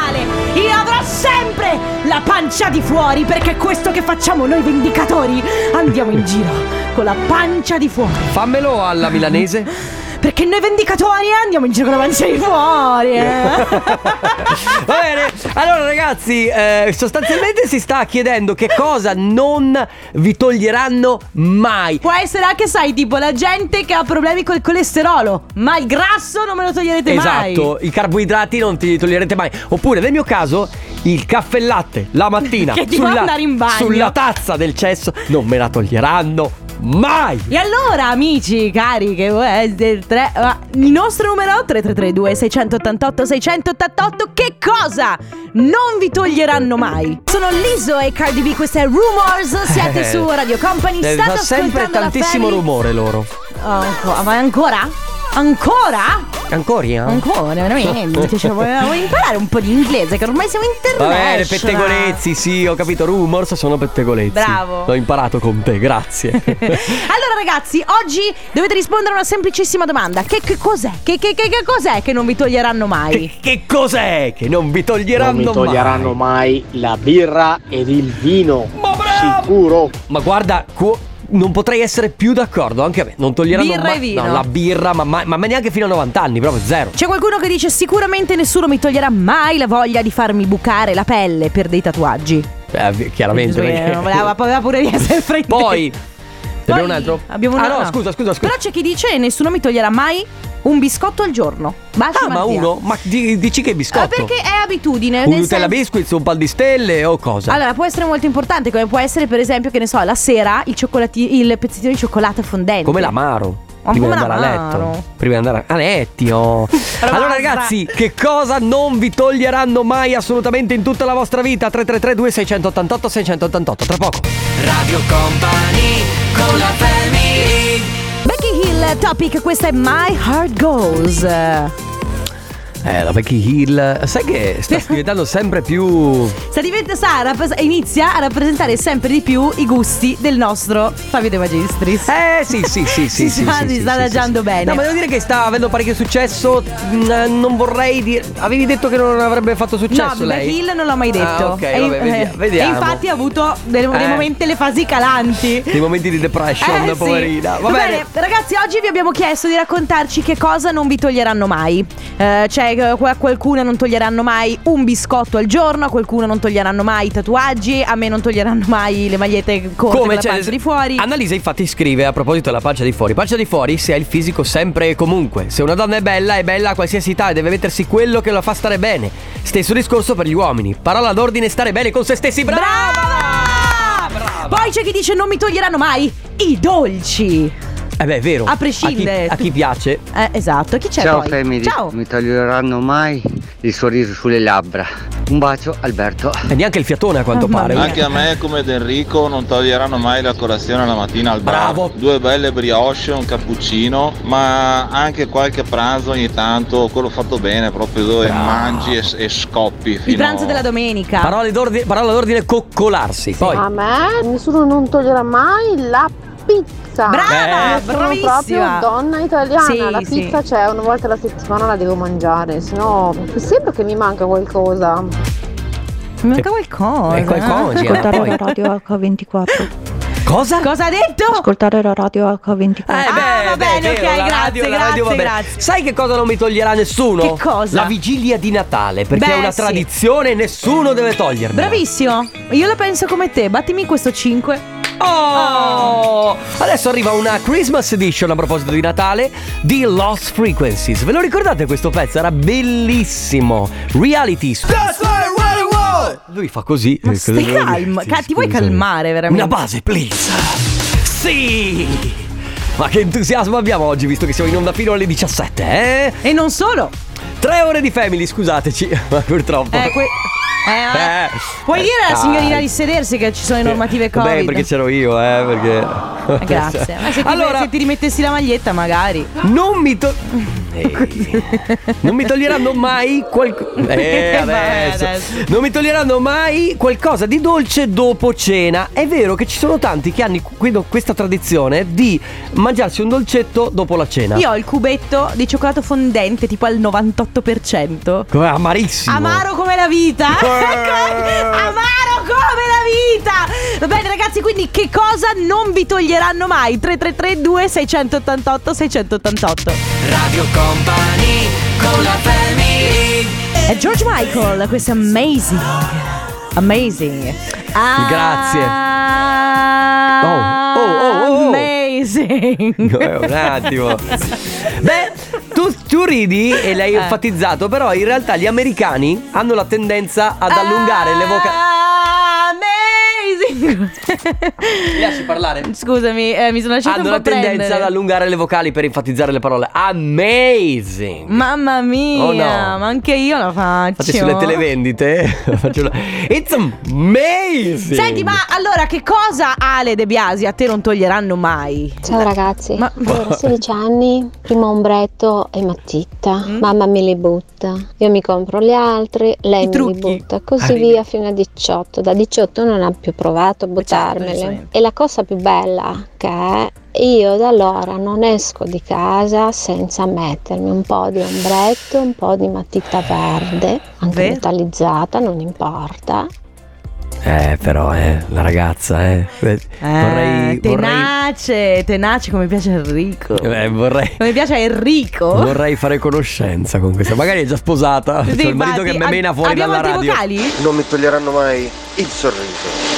Speaker 1: Ale. Io avrò sempre la pancia di fuori perché è questo che facciamo noi vendicatori. Andiamo in giro con la pancia di fuori.
Speaker 2: Fammelo alla milanese.
Speaker 1: Perché noi vendicatori eh, andiamo in giro con la pancia di fuori. eh.
Speaker 2: Va bene, allora ragazzi, eh, sostanzialmente si sta chiedendo che cosa non vi toglieranno mai.
Speaker 1: Può essere anche, sai, tipo la gente che ha problemi col colesterolo, ma il grasso non me lo toglierete mai.
Speaker 2: Esatto, i carboidrati non ti toglierete mai. Oppure nel mio caso, il caffè e latte la mattina
Speaker 1: Che ti fa andare in bagno.
Speaker 2: sulla tazza del cesso non me la toglieranno mai.
Speaker 1: E allora, amici, cari, che vuoi essere il tre- ah, il nostro numero 3332 688 688 che cosa non vi toglieranno mai? Sono Liso e Cardi B, questa è Rumors, siete
Speaker 2: Eh,
Speaker 1: su Radio Company,
Speaker 2: eh,
Speaker 1: state
Speaker 2: fa sempre
Speaker 1: ascoltando la
Speaker 2: tantissimo
Speaker 1: Family.
Speaker 2: rumore loro.
Speaker 1: Oh, ancora- ma ancora? Ancora?
Speaker 2: Ancora? eh?
Speaker 1: Ancora, veramente. Cioè, volevo volevo imparare un po' di inglese, che ormai siamo
Speaker 2: Va
Speaker 1: internazionali.
Speaker 2: bene, pettegolezzi, sì, ho capito. Rumors sono pettegolezzi.
Speaker 1: Bravo.
Speaker 2: L'ho imparato con te, grazie.
Speaker 1: allora ragazzi, oggi dovete rispondere a una semplicissima domanda. Che, che cos'è? Che, che- che- che cos'è che non vi toglieranno mai?
Speaker 2: che, che cos'è che non vi
Speaker 6: Non
Speaker 2: toglieranno
Speaker 6: mi toglieranno mai la birra ed il vino.
Speaker 2: Ma bravo!
Speaker 6: Sicuro.
Speaker 2: Ma guarda, cu- non potrei essere più d'accordo. Anche a me, non toglieranno
Speaker 1: Birra
Speaker 2: mai
Speaker 1: e vino.
Speaker 2: no, la birra, ma, ma- ma neanche fino a 90 anni, proprio zero.
Speaker 1: C'è qualcuno che dice sicuramente nessuno mi toglierà mai la voglia di farmi bucare la pelle per dei tatuaggi.
Speaker 2: Eh, vi- chiaramente.
Speaker 1: Giusto che
Speaker 2: perché-
Speaker 1: non voleva, poteva pure di essere frainteso.
Speaker 2: Poi.
Speaker 1: Poi
Speaker 2: Abbiamo un altro?
Speaker 1: Abbiamo un
Speaker 2: ah,
Speaker 1: altro.
Speaker 2: no, scusa, scusa, scusa.
Speaker 1: Però c'è chi dice nessuno mi toglierà mai un biscotto al giorno. Baci
Speaker 2: ah, ma
Speaker 1: Mattia.
Speaker 2: uno? Ma di- dici che biscotto?
Speaker 1: Ah, perché è abitudine.
Speaker 2: Un
Speaker 1: nel
Speaker 2: Nutella
Speaker 1: senso-
Speaker 2: biscuits, un pan di stelle o cosa?
Speaker 1: Allora, può essere molto importante, come può essere, per esempio, che ne so, la sera il, cioccolati- il pezzettino di cioccolato fondente.
Speaker 2: Come l'amaro.
Speaker 1: Ma
Speaker 2: prima di
Speaker 1: come
Speaker 2: andare a
Speaker 1: l'amaro?
Speaker 2: letto. Prima di andare a letti. oh. allora,
Speaker 1: basta.
Speaker 2: ragazzi, che cosa non vi toglieranno mai assolutamente in tutta la vostra vita? 333 2688 688 tra poco. Radio Company con la
Speaker 1: Becky Hill Topic, questa è My Heart Goes. Sta
Speaker 2: Eh, la Becky Hill. Sai che sta diventando sempre più.
Speaker 1: diventa, sa, rappres- inizia a rappresentare sempre di più i gusti del nostro Fabio De Magistris.
Speaker 2: Eh sì sì sì
Speaker 1: Si
Speaker 2: sì sì,
Speaker 1: sta-
Speaker 2: sì,
Speaker 1: si
Speaker 2: sì,
Speaker 1: sta
Speaker 2: sì,
Speaker 1: adagiando
Speaker 2: sì, sì.
Speaker 1: bene.
Speaker 2: No ma devo dire che sta avendo parecchio successo Mm, eh, Non vorrei dire Avevi detto che non avrebbe fatto successo
Speaker 1: no,
Speaker 2: lei
Speaker 1: Becky Hill non l'ho mai detto.
Speaker 2: Ah, ok
Speaker 1: E-
Speaker 2: vabbè vedi-
Speaker 1: eh,
Speaker 2: vediamo
Speaker 1: E infatti ha avuto dei, dei
Speaker 2: Eh.
Speaker 1: momenti, delle fasi calanti.
Speaker 2: Dei momenti di depression
Speaker 1: Eh, sì.
Speaker 2: poverina Va bene
Speaker 1: ragazzi, oggi vi abbiamo chiesto di raccontarci che cosa non vi toglieranno mai. Eh, cioè, eh, a qualcuno non toglieranno mai un biscotto al giorno, a qualcuno non toglieranno mai i tatuaggi, a me non toglieranno mai le magliette corte con la
Speaker 2: c'è-
Speaker 1: pancia di fuori.
Speaker 2: Annalisa infatti scrive a proposito della pancia di fuori Pancia di fuori se ha il fisico sempre e comunque Se una donna è bella è bella a qualsiasi età e deve mettersi quello che la fa stare bene Stesso discorso per gli uomini Parola d'ordine stare bene con se stessi Brava Brava!
Speaker 1: Poi c'è chi dice non mi toglieranno mai i dolci.
Speaker 2: Eh beh è vero
Speaker 1: A prescindere.
Speaker 2: A chi, a chi piace
Speaker 1: Eh, esatto, chi
Speaker 2: Cioè,
Speaker 1: c'è
Speaker 7: Ciao
Speaker 1: poi?
Speaker 7: family,
Speaker 1: Ciao.
Speaker 7: mi toglieranno mai il sorriso sulle labbra. Un bacio Alberto.
Speaker 2: E neanche il fiatone a quanto
Speaker 1: Mamma
Speaker 2: pare
Speaker 1: mia.
Speaker 8: Anche a me come ad Enrico non toglieranno mai la colazione alla mattina al bar.
Speaker 2: Bravo.
Speaker 8: Due belle brioche, un cappuccino, ma anche qualche pranzo ogni tanto, quello fatto bene, proprio dove
Speaker 2: Bravo.
Speaker 8: mangi e, e scoppi.
Speaker 1: Il
Speaker 8: fino-
Speaker 1: pranzo della domenica.
Speaker 2: Parole d'ordine, parola d'ordine coccolarsi. Poi.
Speaker 9: A me nessuno non toglierà mai la pizza.
Speaker 1: Brava,
Speaker 2: Eh,
Speaker 9: Sono
Speaker 1: bravissima.
Speaker 9: proprio donna italiana.
Speaker 1: Sì,
Speaker 9: la
Speaker 1: sì.
Speaker 9: pizza c'è una volta alla settimana la devo mangiare, sennò sembra che mi manca qualcosa.
Speaker 1: Mi manca qualcosa.
Speaker 2: È qualcosa, eh, poi.
Speaker 9: Radio H24.
Speaker 2: Cosa?
Speaker 1: Cosa ha detto?
Speaker 9: Ascoltare la radio H24.
Speaker 2: Eh,
Speaker 1: Ah, va bene,
Speaker 2: è vero,
Speaker 1: ok,
Speaker 2: la radio-
Speaker 1: grazie,
Speaker 2: la radio va
Speaker 1: grazie,
Speaker 2: bene.
Speaker 1: grazie.
Speaker 2: Sai che cosa non mi toglierà nessuno?
Speaker 1: Che cosa?
Speaker 2: La vigilia di Natale, perché
Speaker 1: Beh,
Speaker 2: è una
Speaker 1: sì.
Speaker 2: tradizione e nessuno deve togliermi.
Speaker 1: Bravissimo, io la penso come te, battimi questo 5.
Speaker 2: Oh! Adesso arriva una Christmas edition a proposito di Natale di Lost Frequencies. Ve lo ricordate questo pezzo? Era bellissimo. Reality. Lui fa così.
Speaker 1: Ma
Speaker 2: Eh,
Speaker 1: stai
Speaker 2: cosa devo
Speaker 1: calma,
Speaker 2: dirti?
Speaker 1: ca- ti vuoi
Speaker 2: Scusami.
Speaker 1: calmare veramente?
Speaker 2: Una base, please. Sì! Ma che entusiasmo abbiamo oggi, visto che siamo in onda fino alle 17, eh?
Speaker 1: E non solo.
Speaker 2: Tre ore di family, scusateci, ma purtroppo.
Speaker 1: Eh, que- eh, vabbè.
Speaker 2: Oh. Eh,
Speaker 1: Puoi
Speaker 2: eh,
Speaker 1: dire alla
Speaker 2: dai.
Speaker 1: signorina di sedersi che ci sono le normative Covid?
Speaker 2: Beh, perché c'ero io, eh, perché.
Speaker 1: Eh, Grazie. Ma se ti,
Speaker 2: allora, Ah.
Speaker 1: se ti rimettessi la maglietta, magari.
Speaker 2: non mi to- Ehi. Non mi toglieranno mai qualcosa. Eh, adesso.
Speaker 1: Vai, adesso.
Speaker 2: Non mi toglieranno mai qualcosa di dolce dopo cena. È vero che ci sono tanti che hanno que- questa tradizione di mangiarsi un dolcetto dopo la cena.
Speaker 1: Io ho il cubetto di cioccolato fondente, tipo al 98%.
Speaker 2: Com'è amarissimo.
Speaker 1: Amaro come la vita.
Speaker 2: Eh.
Speaker 1: Amaro come la vita. Va bene ragazzi, quindi che cosa non vi toglieranno mai? 3332 688 688.
Speaker 2: Radio Company con la
Speaker 1: È George Michael, questo è amazing. Amazing. Ah,
Speaker 2: Grazie. Oh, oh, oh, oh.
Speaker 1: Amazing.
Speaker 2: Eh, un attimo. Beh, tu, tu ridi e l'hai enfatizzato, però in realtà Ah. gli americani hanno la tendenza ad allungare le vocali.
Speaker 1: Amazing.
Speaker 2: Lasci parlare.
Speaker 1: Scusami, eh, mi sono lasciata
Speaker 2: Hanno
Speaker 1: un
Speaker 2: la
Speaker 1: po'
Speaker 2: tendenza
Speaker 1: prendere.
Speaker 2: ad allungare le vocali per enfatizzare le parole. Amazing!
Speaker 1: Mamma mia,
Speaker 2: Oh, no.
Speaker 1: ma anche io la faccio.
Speaker 2: Fate sulle televendite. Faccio la- It's amazing!
Speaker 1: Senti, ma allora che cosa Ale De Biasi a te non toglieranno mai?
Speaker 10: Ciao ragazzi,
Speaker 1: Ma-
Speaker 10: allora 16 anni, prima ombretto e matita,
Speaker 1: Mm.
Speaker 10: mamma me le butta, io mi compro le altre, lei
Speaker 1: I
Speaker 10: me
Speaker 1: trucchi.
Speaker 10: le butta, così
Speaker 2: Arrivi.
Speaker 10: via fino a 18, da 18 non ha più provato a buttarmele
Speaker 1: giustamente.
Speaker 10: e la cosa più bella che è io da allora non esco di casa senza mettermi un po' di ombretto, un po' di matita verde, anche
Speaker 1: Vero.
Speaker 10: metallizzata, non importa,
Speaker 2: Eh, però, eh, la ragazza, eh. Eh, vorrei. vorrei...
Speaker 1: tenace, tenace come piace Enrico.
Speaker 2: eh, vorrei.
Speaker 1: Come piace a Enrico.
Speaker 2: Vorrei fare conoscenza con questa. Magari è già sposata.
Speaker 1: Oh. Sì,
Speaker 2: C'è il marito
Speaker 1: infatti,
Speaker 2: che me
Speaker 1: ab-
Speaker 2: mena fuori
Speaker 1: abbiamo
Speaker 2: dalla
Speaker 1: altri
Speaker 2: radio.
Speaker 1: vocali?
Speaker 11: Non mi toglieranno mai il sorriso.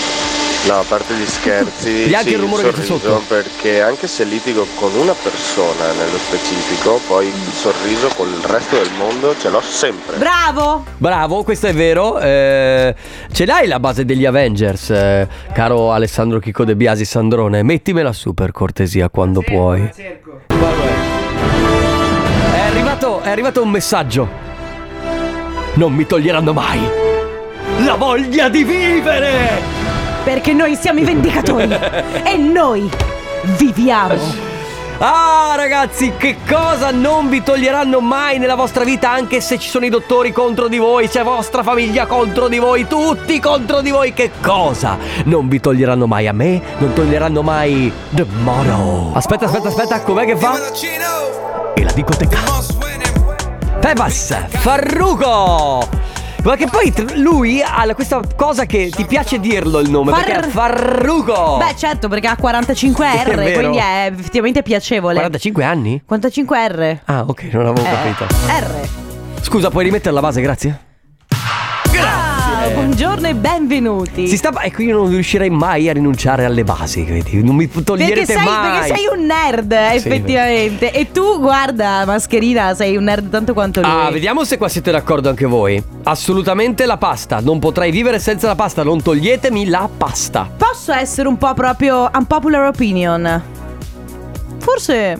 Speaker 11: No, a parte gli scherzi,
Speaker 2: Gli altri
Speaker 11: sì, il
Speaker 2: rumori che c'è
Speaker 11: sorriso,
Speaker 2: sotto.
Speaker 11: perché anche se litigo con una persona nello specifico, poi il sorriso con il resto del mondo ce l'ho sempre.
Speaker 1: Bravo!
Speaker 2: Bravo, questo è vero. eh, ce l'hai la base degli Avengers, eh, caro Alessandro Chicco De Biasi Sandrone. Mettimela su per cortesia quando puoi. Vabbè. È arrivato, è arrivato un messaggio. Non mi toglieranno mai la voglia di vivere.
Speaker 1: Perché noi siamo i vendicatori e noi viviamo.
Speaker 2: Ah ragazzi, che cosa non vi toglieranno mai nella vostra vita anche se ci sono i dottori contro di voi, c'è vostra famiglia contro di voi, tutti contro di voi, che cosa non vi toglieranno mai a me, non toglieranno mai The Tomorrow. Aspetta, aspetta, aspetta, com'è che fa? E la discoteca. Pebas, Farruco. Ma che poi tr- lui ha la- questa cosa che ti piace dirlo il nome,
Speaker 1: Far-
Speaker 2: perché è Farruco.
Speaker 1: Beh, certo, perché ha 45 R,
Speaker 2: Oh. È vero.
Speaker 1: quindi è effettivamente piacevole.
Speaker 2: 45 anni?
Speaker 1: 45 R. Eh,
Speaker 2: Ah, ok, non avevo capito.
Speaker 1: R.
Speaker 2: Scusa, puoi rimettere la base, grazie?
Speaker 1: Ah, buongiorno e benvenuti.
Speaker 2: Si sta. Ecco, io non riuscirei mai a rinunciare alle basi, credi? Non mi
Speaker 1: perché
Speaker 2: toglierete
Speaker 1: sei,
Speaker 2: mai.
Speaker 1: perché sei un nerd,
Speaker 2: Sì.
Speaker 1: effettivamente. E tu, guarda, mascherina, sei un nerd tanto quanto lui.
Speaker 2: Ah, vediamo se qua siete d'accordo anche voi. Assolutamente la pasta. Non potrei vivere senza la pasta. Non toglietemi la pasta.
Speaker 1: Posso essere un po' proprio unpopular opinion? Forse.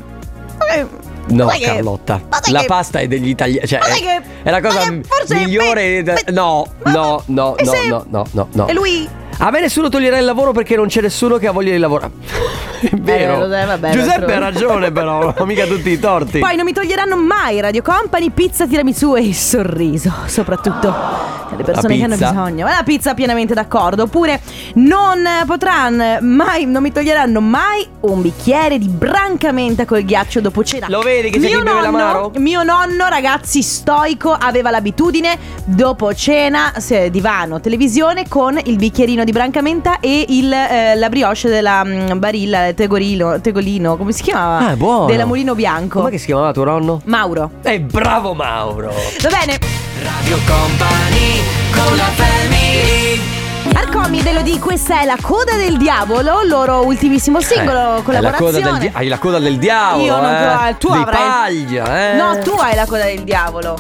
Speaker 1: eh,
Speaker 2: No,
Speaker 1: ma sai che-
Speaker 2: Carlotta.
Speaker 1: ma sai
Speaker 2: La
Speaker 1: che-
Speaker 2: pasta è degli italiani. Cioè,
Speaker 1: ma sai
Speaker 2: è,
Speaker 1: che-
Speaker 2: è la cosa
Speaker 1: ma che forse- beh,
Speaker 2: migliore. da-
Speaker 1: beh,
Speaker 2: no,
Speaker 1: ma-
Speaker 2: no, no,
Speaker 1: e
Speaker 2: no,
Speaker 1: se-
Speaker 2: no, no, no, no.
Speaker 1: E lui.
Speaker 2: A me nessuno toglierà il lavoro perché non c'è nessuno che ha voglia di lavorare. è vero.
Speaker 1: Eh, lo sai, vabbè,
Speaker 2: Giuseppe
Speaker 1: d'altronde.
Speaker 2: ha ragione, però. Non ho mica tutti i torti.
Speaker 1: Poi non mi toglieranno mai Radio Company, pizza, tiramisù e il sorriso, soprattutto per le persone che hanno
Speaker 2: pizza.
Speaker 1: bisogno. Ma la pizza pienamente d'accordo, oppure non potranno mai non mi toglieranno mai un bicchiere di brancamenta col ghiaccio dopo cena.
Speaker 2: Lo vedi che c'è
Speaker 1: mio
Speaker 2: chi beve l'amaro?
Speaker 1: nonno, mio nonno, ragazzi, stoico, aveva l'abitudine dopo cena, se- divano, televisione con il bicchierino di brancamenta e il, eh, la brioche della mm, barilla, tegorino, tegolino, come si chiamava?
Speaker 2: Ah, è buono.
Speaker 1: Della mulino bianco.
Speaker 2: Com'è che si chiamava tuo nonno?
Speaker 1: Mauro.
Speaker 2: E Eh, bravo Mauro!
Speaker 1: Va bene.
Speaker 2: Radio Company con la
Speaker 1: Al comidelo di questa è la coda del diavolo, il loro ultimissimo
Speaker 2: Eh,
Speaker 1: singolo, collaborazione.
Speaker 2: hai la coda del diavolo.
Speaker 1: Io non
Speaker 2: eh.
Speaker 1: tro- tu
Speaker 2: Di
Speaker 1: avrai
Speaker 2: paglia, eh.
Speaker 1: No, tu hai la coda del diavolo.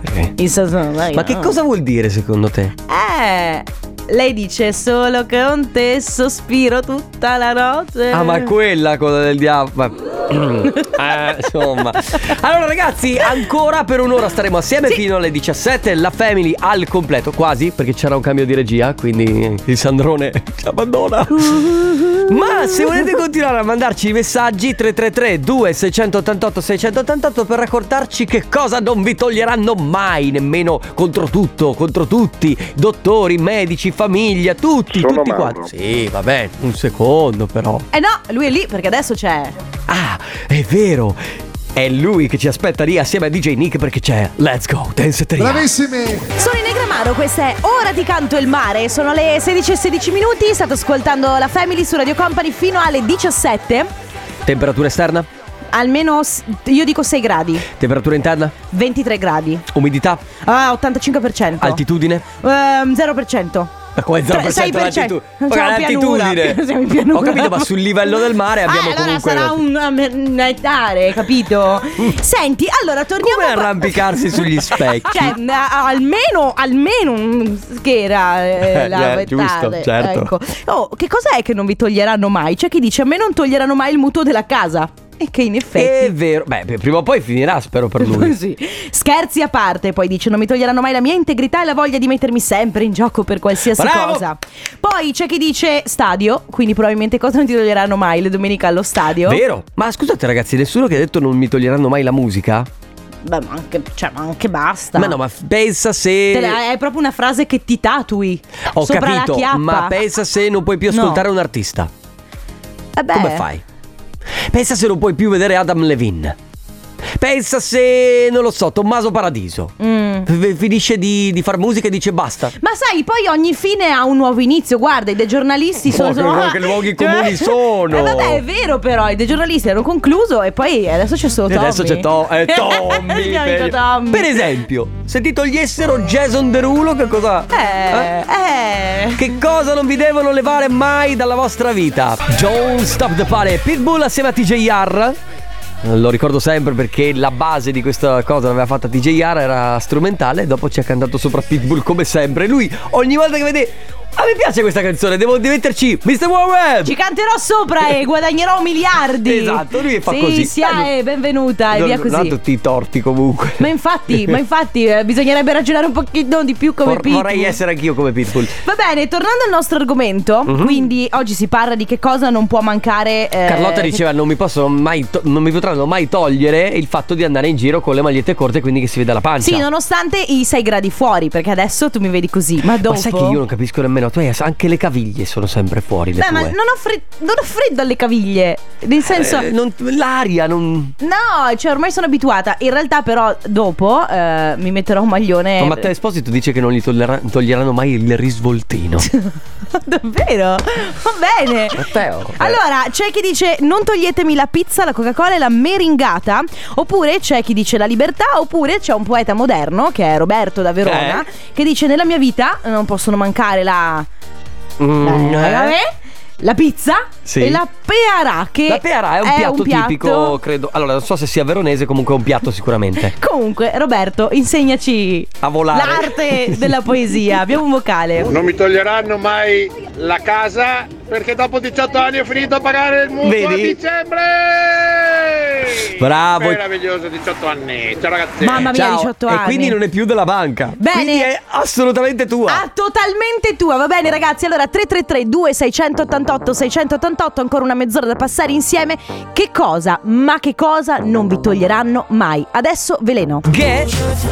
Speaker 2: Perché?
Speaker 1: In senso-
Speaker 2: Ma che cosa vuol dire secondo te?
Speaker 1: Eh. Lei dice solo che con te sospiro tutta la notte.
Speaker 2: Ah, ma è quella coda del diavolo. Eh, insomma, allora ragazzi, ancora per un'ora staremo assieme fino alle 17. La family al completo, quasi perché c'era un cambio di regia. Quindi il Sandrone ci abbandona. Ma se volete continuare a mandarci i messaggi 333 2688 688 per raccontarci che cosa non vi toglieranno mai, nemmeno contro tutto, contro tutti, dottori, medici, famiglia, tutti,
Speaker 11: Sono
Speaker 2: tutti
Speaker 11: Mauro.
Speaker 2: quanti. Sì, vabbè, un secondo però.
Speaker 1: Eh no, lui è lì perché adesso c'è.
Speaker 2: Ah, è vero! È lui che ci aspetta lì assieme a DJ Nick perché c'è Let's Go Danceteria.
Speaker 1: Sono in Negramaro, questa è Ora ti canto il mare. Sono le 16 e 16 minuti. State ascoltando la Family su Radio Company fino alle 17.
Speaker 2: Temperatura esterna?
Speaker 1: Almeno s- io dico 6 gradi,
Speaker 2: Temperatura interna?
Speaker 1: 23 gradi.
Speaker 2: Umidità?
Speaker 1: Ah, 85%.
Speaker 2: Altitudine?
Speaker 1: Ehm, 0%.
Speaker 2: Ma come 0%
Speaker 1: 6%?
Speaker 2: l'altitudine?
Speaker 1: Non
Speaker 2: Ma
Speaker 1: siamo in pianura.
Speaker 2: l'altitudine.
Speaker 1: Siamo in pianura.
Speaker 2: Ho capito, ma sul livello del mare abbiamo
Speaker 1: eh, allora
Speaker 2: comunque.
Speaker 1: sarà un, um, un ettare, capito? Senti, allora torniamo
Speaker 2: Come
Speaker 1: qua-
Speaker 2: arrampicarsi sugli specchi?
Speaker 1: Cioè, a- almeno, almeno un- che era eh,
Speaker 2: Eh,
Speaker 1: la
Speaker 2: eh, giusto,
Speaker 1: vettare,
Speaker 2: certo.
Speaker 1: ecco. Oh, che cos'è che non vi toglieranno mai? C'è chi dice a me non toglieranno mai il mutuo della casa. E che in effetti...
Speaker 2: È vero, beh, prima o poi finirà, spero per lui.
Speaker 1: Sì. Scherzi a parte, poi dice non mi toglieranno mai la mia integrità e la voglia di mettermi sempre in gioco per qualsiasi
Speaker 2: Bravo!
Speaker 1: cosa. Poi c'è chi dice stadio, quindi probabilmente cosa non ti toglieranno mai le domeniche allo stadio.
Speaker 2: Vero? Ma scusate ragazzi, nessuno che ha detto non mi toglieranno mai la musica?
Speaker 1: Beh, ma anche, cioè, ma anche basta.
Speaker 2: Ma no, eh, ma f- pensa
Speaker 1: Te
Speaker 2: se...
Speaker 1: la- è proprio una frase che ti tatui.
Speaker 2: Ho
Speaker 1: sopra la
Speaker 2: capito,
Speaker 1: chiappa.
Speaker 2: ma pensa se non puoi più
Speaker 1: No.
Speaker 2: ascoltare un artista.
Speaker 1: Eh beh.
Speaker 2: Come fai? Pensa se non puoi più vedere Adam Levine. Pensa se, non lo so, Tommaso Paradiso.
Speaker 1: Mm.
Speaker 2: F- Finisce di, di far musica e dice basta.
Speaker 1: Ma sai, poi ogni fine ha un nuovo inizio. Guarda, i dei giornalisti sono.
Speaker 2: Oh, che-
Speaker 1: sono-
Speaker 2: che luoghi comuni sono.
Speaker 1: Eh, vabbè, è vero, però. I dei giornalisti hanno concluso e poi adesso c'è solo
Speaker 2: E
Speaker 1: Tommy.
Speaker 2: adesso c'è To- eh, Tommy.
Speaker 1: Abbiamo detto
Speaker 2: per...
Speaker 1: Tommy.
Speaker 2: per esempio, se ti togliessero Jason Derulo, che cosa?
Speaker 1: Eh, eh.
Speaker 2: Che cosa non vi devono levare mai dalla vostra vita? Don't Stop the Party e Pitbull assieme a TJR. Lo ricordo sempre perché la base di questa cosa l'aveva fatta TJR, era strumentale, dopo ci ha cantato sopra Pitbull come sempre. Lui ogni volta che vede... Ah, mi piace questa canzone, devo metterci Mr. Warren!
Speaker 1: Ci canterò sopra e guadagnerò miliardi.
Speaker 2: Esatto, lui fa
Speaker 1: sì,
Speaker 2: così. Eh,
Speaker 1: Sì, è benvenuta e
Speaker 2: Non-
Speaker 1: via
Speaker 2: non
Speaker 1: così.
Speaker 2: ha tutti i torti comunque.
Speaker 1: Ma infatti, ma infatti eh, bisognerebbe ragionare un pochino di più come
Speaker 2: Vor-
Speaker 1: Pitbull.
Speaker 2: vorrei essere anch'io come Pitbull.
Speaker 1: Va bene, tornando al nostro argomento,
Speaker 2: Mhm.
Speaker 1: quindi oggi si parla di che cosa non può mancare. eh,
Speaker 2: Carlotta diceva non mi possono mai to- non mi potranno mai togliere il fatto di andare in giro con le magliette corte quindi che si veda la pancia.
Speaker 1: Sì, nonostante i 6 gradi fuori, perché adesso tu mi vedi così, ma dopo...
Speaker 2: Ma sai che io non capisco nemmeno, tu hai anche le caviglie sono sempre fuori le
Speaker 1: Beh, ma
Speaker 2: tue.
Speaker 1: non ho, fred- non ho freddo alle caviglie, nel senso...
Speaker 2: Eh, non- l'aria non
Speaker 1: No, cioè ormai sono abituata. In realtà però dopo eh, mi metterò un maglione...
Speaker 2: Ma Matteo Esposito dice che non gli tollera- toglieranno mai il risvoltino.
Speaker 1: Davvero? Va bene.
Speaker 2: Matteo.
Speaker 1: Allora, c'è chi dice non toglietemi la pizza, la Coca-Cola e la meringata, oppure c'è chi dice la libertà, oppure c'è un poeta moderno che è Roberto da Verona,
Speaker 2: Eh.
Speaker 1: che dice nella mia vita non possono mancare la...
Speaker 2: Mm,
Speaker 1: la-
Speaker 2: eh.
Speaker 1: vabbè, la pizza
Speaker 2: Sì.
Speaker 1: e la peara che
Speaker 2: La peara è un piatto tipico, credo. Allora, non so se sia veronese, comunque è un piatto sicuramente.
Speaker 1: Comunque, Roberto, insegnaci
Speaker 2: A volare.
Speaker 1: l'arte della poesia. Abbiamo un vocale.
Speaker 12: Non mi toglieranno mai la casa perché dopo 18 anni ho finito a pagare il mutuo a
Speaker 2: Vedi?
Speaker 12: dicembre!
Speaker 2: Bravo.
Speaker 12: Meraviglioso 18 anni! Ciao ragazzi!
Speaker 1: Mamma mia,
Speaker 2: Ciao.
Speaker 1: 18
Speaker 2: E
Speaker 1: anni.
Speaker 2: quindi non è più della banca.
Speaker 1: Bene.
Speaker 2: Quindi è assolutamente tua.
Speaker 1: Ah, totalmente tua, va bene ragazzi. Allora 333 2688 688 ancora una mezz'ora da passare insieme. Che cosa? Ma che cosa non vi toglieranno mai? Adesso veleno.
Speaker 2: Che?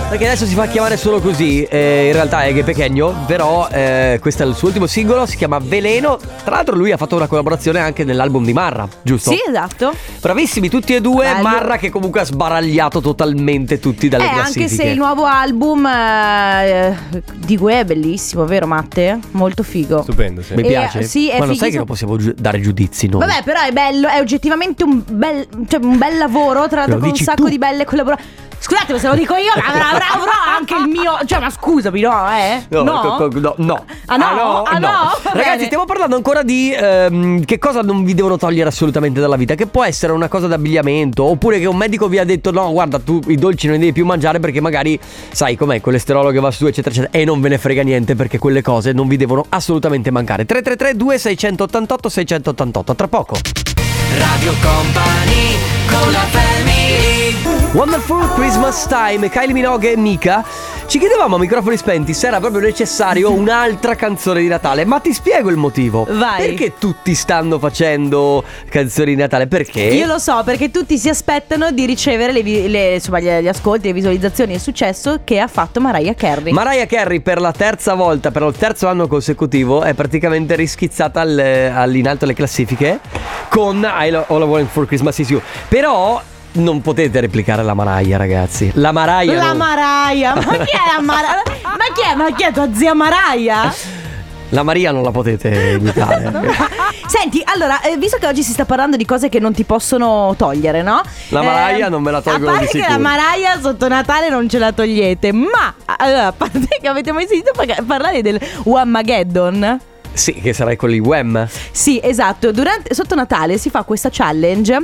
Speaker 2: Perché adesso si fa chiamare solo così, eh, in realtà è che è Pechegno, però eh, questo è il suo ultimo singolo, si chiama Veleno. Tra l'altro lui ha fatto una collaborazione anche nell'album di Marra, giusto?
Speaker 1: Sì, esatto.
Speaker 2: Bravissimi tutti e due,
Speaker 1: Bello.
Speaker 2: Marra che comunque ha sbaragliato totalmente tutti dalle
Speaker 1: eh,
Speaker 2: classifiche.
Speaker 1: anche se il nuovo album eh, di Gue è bellissimo, vero Matte? Molto figo.
Speaker 13: Stupendo, sì.
Speaker 2: Mi
Speaker 1: Eh,
Speaker 2: piace.
Speaker 1: sì, è
Speaker 2: Ma non sai
Speaker 1: fighissimo.
Speaker 2: che non possiamo giu- dare giudizi noi.
Speaker 1: Vabbè, però è bello, è oggettivamente un bel, cioè, un bel lavoro, tra l'altro
Speaker 2: Lo
Speaker 1: con un
Speaker 2: dici
Speaker 1: sacco
Speaker 2: tu.
Speaker 1: di belle collaborazioni. Scusate, ma se lo dico io, ma avrà, avrà- avrò anche il mio. Cioè, ma scusami, no, eh?
Speaker 2: No, co- co- no, no.
Speaker 1: Ah, no? Ah, no? Va bene.
Speaker 2: Ragazzi, stiamo parlando ancora di ehm, che cosa non vi devono togliere assolutamente dalla vita. Che può essere una cosa d'abbigliamento, oppure che un medico vi ha detto: no, guarda, tu i dolci non li devi più mangiare perché magari sai com'è il colesterolo che va su, eccetera, eccetera. E non ve ne frega niente perché quelle cose non vi devono assolutamente mancare. 333 2688 688 tra poco. Radio Company con la Wonderful Christmas Time, Kylie Minogue e Mika. Ci chiedevamo a microfoni spenti se era proprio necessario un'altra canzone di Natale, ma ti spiego il motivo.
Speaker 1: Vai.
Speaker 2: Perché tutti stanno facendo canzoni di Natale? Perché?
Speaker 1: Io lo so perché tutti si aspettano di ricevere le vi- le- insomma, gli, gli ascolti, le visualizzazioni e il successo che ha fatto Mariah Carey.
Speaker 2: Mariah Carey per la terza volta, per il terzo anno consecutivo, è praticamente rischizzata al- all'in alto alle classifiche con I Lo- All I Want for Christmas Is You. Però non potete replicare la Mariah, ragazzi. La Mariah.
Speaker 1: la
Speaker 2: non-
Speaker 1: Mariah, ma chi è la Mariah? Ma chi è? Ma chi è tua zia Mariah?
Speaker 2: La Maria non la potete imitare.
Speaker 1: Senti, allora, eh, visto che oggi si sta parlando di cose che non ti possono togliere, no? Eh,
Speaker 2: La Mariah non me la tolgono
Speaker 1: A
Speaker 2: di
Speaker 1: parte che
Speaker 2: sicuro.
Speaker 1: la Mariah sotto Natale non ce la togliete, ma allora, a parte che avete mai sentito par- parlare del Whamageddon?
Speaker 2: sì, che sarai con gli Wham.
Speaker 1: Sì, esatto. Durante- sotto Natale si fa questa challenge.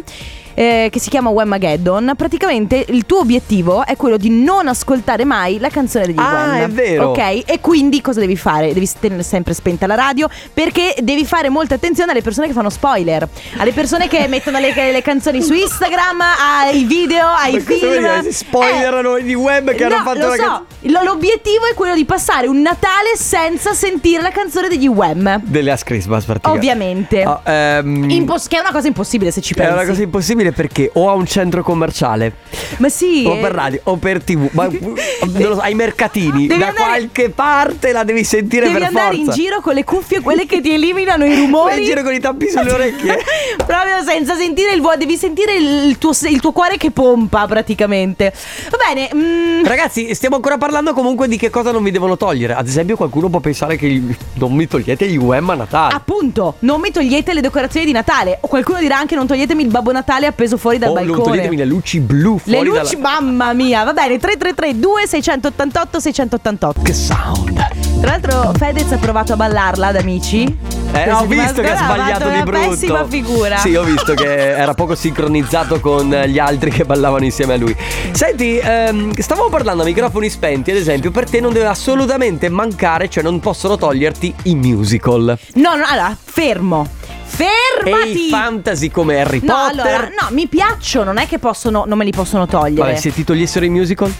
Speaker 1: eh, che si chiama Whamageddon Praticamente il tuo obiettivo è quello di non ascoltare mai la canzone degli
Speaker 2: Ah,
Speaker 1: Wham
Speaker 2: è vero.
Speaker 1: Ok E quindi cosa devi fare? Devi tenere sempre spenta la radio Perché devi fare molta attenzione alle persone che fanno spoiler Alle persone che mettono le, le canzoni su Instagram Ai video, ai
Speaker 2: Ma cosa vuol
Speaker 1: film Eh.
Speaker 2: dire? Si spoilerano gli Wham che hanno
Speaker 1: no,
Speaker 2: fatto
Speaker 1: lo
Speaker 2: la
Speaker 1: so.
Speaker 2: canz-
Speaker 1: Lo- L'obiettivo è quello di passare un Natale senza sentire la canzone degli Wham
Speaker 2: Delle Last Christmas praticamente.
Speaker 1: Ovviamente
Speaker 2: Ah, ehm,
Speaker 1: Impos- che è una cosa impossibile se ci
Speaker 2: è
Speaker 1: pensi.
Speaker 2: una cosa impossibile perché o a un centro commerciale
Speaker 1: Ma sì.
Speaker 2: o
Speaker 1: eh,
Speaker 2: per radio o per tv, ma non lo so, ai mercatini,
Speaker 1: Devi
Speaker 2: da
Speaker 1: andare-
Speaker 2: qualche parte la devi sentire
Speaker 1: Devi
Speaker 2: per
Speaker 1: andare
Speaker 2: forza.
Speaker 1: in giro con le cuffie, quelle che ti eliminano i rumori.
Speaker 2: Vai in giro con i tappi sulle orecchie.
Speaker 1: Proprio senza sentire il vuoto, devi sentire il tuo, se- il tuo cuore che pompa praticamente. Va bene, mm,
Speaker 2: Ragazzi, stiamo ancora parlando comunque di che cosa non mi devono togliere. Ad esempio, qualcuno può pensare che gli- non mi togliete gli UM a Natale.
Speaker 1: appunto, non mi togliete le decorazioni di Natale. O qualcuno dirà anche non toglietemi il Babbo Natale appeso fuori dal
Speaker 2: o
Speaker 1: balcone.
Speaker 2: Oh, non toglietemi le luci blu fuori
Speaker 1: Le luci,
Speaker 2: dalla...
Speaker 1: mamma mia, va bene, 3332 688 688.
Speaker 2: Che sound.
Speaker 1: Tra l'altro Fedez ha provato a ballarla ad amici.
Speaker 2: Eh,
Speaker 1: Questa
Speaker 2: ho visto
Speaker 1: settimana
Speaker 2: che ha
Speaker 1: scorsa
Speaker 2: sbagliato
Speaker 1: fatto
Speaker 2: di
Speaker 1: una
Speaker 2: brutto.
Speaker 1: pessima figura.
Speaker 2: Sì, ho visto che era poco sincronizzato con gli altri che ballavano insieme a lui. Senti, ehm, stavamo parlando a microfoni spenti, ad esempio, per te non deve assolutamente mancare, cioè non possono toglierti i musical.
Speaker 1: No, no, allora, fermo.
Speaker 2: E i
Speaker 1: Fermati.
Speaker 2: fantasy come Harry
Speaker 1: no,
Speaker 2: Potter.
Speaker 1: allora, no, mi piacciono, non è che possono non me li possono togliere.
Speaker 2: Vabbè, se ti togliessero i musical?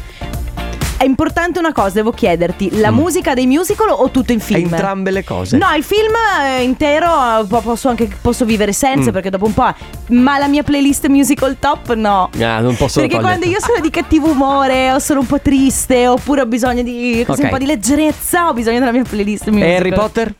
Speaker 1: È importante una cosa, devo chiederti,
Speaker 2: Mm.
Speaker 1: la musica dei musical o tutto in film?
Speaker 2: Entrambe le cose.
Speaker 1: No, il film eh, intero eh, po- posso anche posso vivere senza
Speaker 2: Mm.
Speaker 1: perché dopo un po'. Ma la mia playlist musical top no.
Speaker 2: Ah, non posso
Speaker 1: Perché quando io sono di cattivo umore o sono un po' triste oppure ho bisogno di così,
Speaker 2: Ok.
Speaker 1: un po' di leggerezza, ho bisogno della mia playlist musical.
Speaker 2: E Harry Potter?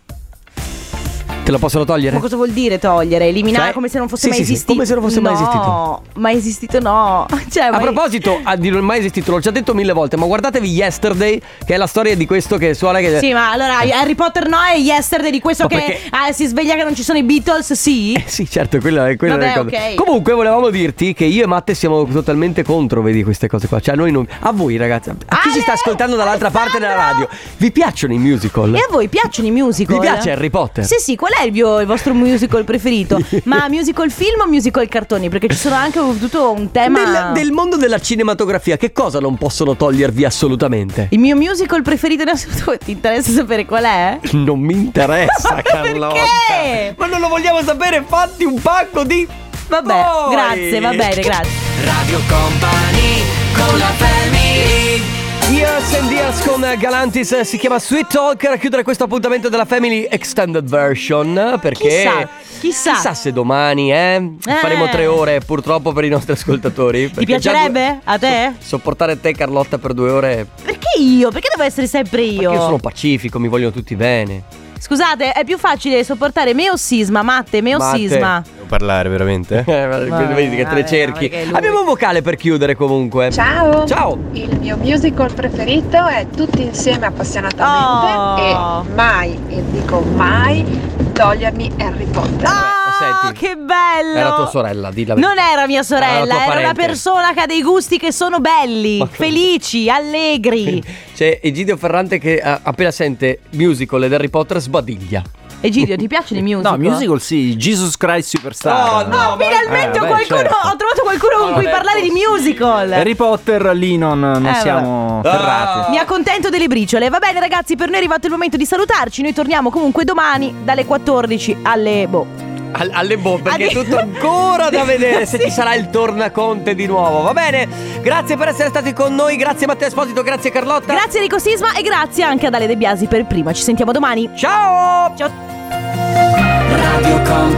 Speaker 2: Te lo possono togliere?
Speaker 1: Ma cosa vuol dire togliere? Eliminare
Speaker 2: Cioè,
Speaker 1: come se non fosse
Speaker 2: sì,
Speaker 1: mai
Speaker 2: sì, sì,
Speaker 1: esistito?
Speaker 2: come se non fosse mai esistito.
Speaker 1: No, mai esistito no. Cioè,
Speaker 2: A
Speaker 1: mai-
Speaker 2: proposito, a di non mai esistito, l'ho già detto mille volte, ma guardatevi Yesterday, che è la storia di questo che suona che...
Speaker 1: Sì, ma allora Harry Potter no e Yesterday di questo
Speaker 2: Ma
Speaker 1: che
Speaker 2: perché-
Speaker 1: ah, si sveglia che non ci sono i Beatles, sì.
Speaker 2: Sì, certo, quella è quella
Speaker 1: Vabbè,
Speaker 2: è la cosa.
Speaker 1: ok.
Speaker 2: Comunque volevamo dirti che io e Matte siamo totalmente contro, vedi queste cose qua. Cioè, noi non a voi ragazzi, a chi
Speaker 1: Ale,
Speaker 2: ci sta ascoltando dall'altra parte della radio, vi piacciono i musical?
Speaker 1: E a voi piacciono i musical?
Speaker 2: Vi piace Harry Potter?
Speaker 1: Sì, sì, qual è il, mio- il vostro musical preferito? Ma musical film o musical cartoni? Perché ci sono anche tutto un tema.
Speaker 2: Del, del mondo della cinematografia, che cosa non possono togliervi assolutamente?
Speaker 1: Il mio musical preferito in assoluto, ti interessa sapere qual è?
Speaker 2: Non mi interessa, Carlotta.
Speaker 1: Perché?
Speaker 2: Ma non lo vogliamo sapere, fatti un pacco di.
Speaker 1: Vabbè,
Speaker 2: Voi!
Speaker 1: grazie, va bene, grazie.
Speaker 2: Radio Company con la Family. Years and Years con Galantis si chiama Sweet Talk. A chiudere questo appuntamento della Family Extended Version. Perché.
Speaker 1: Chissà, chissà.
Speaker 2: Chissà se domani, eh, Faremo tre ore purtroppo per i nostri ascoltatori.
Speaker 1: Ti
Speaker 2: perché già
Speaker 1: piacerebbe? A te?
Speaker 2: due- Sopportare te, Carlotta, per due ore.
Speaker 1: Perché io? Perché devo essere sempre io?
Speaker 2: Io sono pacifico, mi vogliono tutti bene.
Speaker 1: Scusate, è più facile sopportare me o Sisma, Matte, me o
Speaker 2: Matte.
Speaker 1: Sisma.
Speaker 13: Devo parlare veramente?
Speaker 2: Eh, ma- vedi che te
Speaker 1: vabbè,
Speaker 2: le cerchi.
Speaker 1: perché lui-
Speaker 2: Abbiamo un vocale per chiudere comunque.
Speaker 14: Ciao!
Speaker 2: Ciao.
Speaker 14: Il mio musical preferito è Tutti insieme appassionatamente
Speaker 1: Oh.
Speaker 14: e mai, e dico mai, togliermi Harry Potter.
Speaker 1: Oh,
Speaker 2: Eh, Senti,
Speaker 1: che bello!
Speaker 2: era tua sorella, di la verità.
Speaker 1: Non era mia
Speaker 2: Era Ah, la
Speaker 1: sorella,
Speaker 2: tua
Speaker 1: era, una
Speaker 2: parente.
Speaker 1: persona che ha dei gusti che sono belli,
Speaker 2: Ma-
Speaker 1: felici, allegri.
Speaker 2: C'è Egidio Ferrante che eh, appena sente musical ed Harry Potter sbadiglia.
Speaker 1: Egidio, ti piacciono i musical?
Speaker 13: No, musical sì, Jesus Christ Superstar.
Speaker 2: Oh, no,
Speaker 1: Ah, finalmente
Speaker 13: Eh,
Speaker 1: ho,
Speaker 13: vabbè,
Speaker 1: qualcuno-
Speaker 13: certo.
Speaker 1: ho trovato qualcuno con cui
Speaker 13: Vabbè,
Speaker 1: parlare di musical.
Speaker 13: Harry Potter lì non, non
Speaker 1: Eh,
Speaker 13: siamo
Speaker 2: vabbè. Ah,
Speaker 13: ferrati.
Speaker 1: Mi accontento delle briciole. Va bene, ragazzi, per noi è arrivato il momento di salutarci. Noi torniamo comunque domani dalle 14 alle. Boh.
Speaker 2: Al- alle boh, perché è
Speaker 1: Addio.
Speaker 2: tutto ancora da vedere se
Speaker 1: Sì.
Speaker 2: ci sarà il tornaconte di nuovo. Va bene? Grazie per essere stati con noi, grazie Matteo Esposito, grazie Carlotta.
Speaker 1: Grazie Rico Sisma e grazie anche ad Ale De Biasi per prima. Ci sentiamo domani.
Speaker 2: Ciao!
Speaker 1: Ciao.
Speaker 3: Radio Company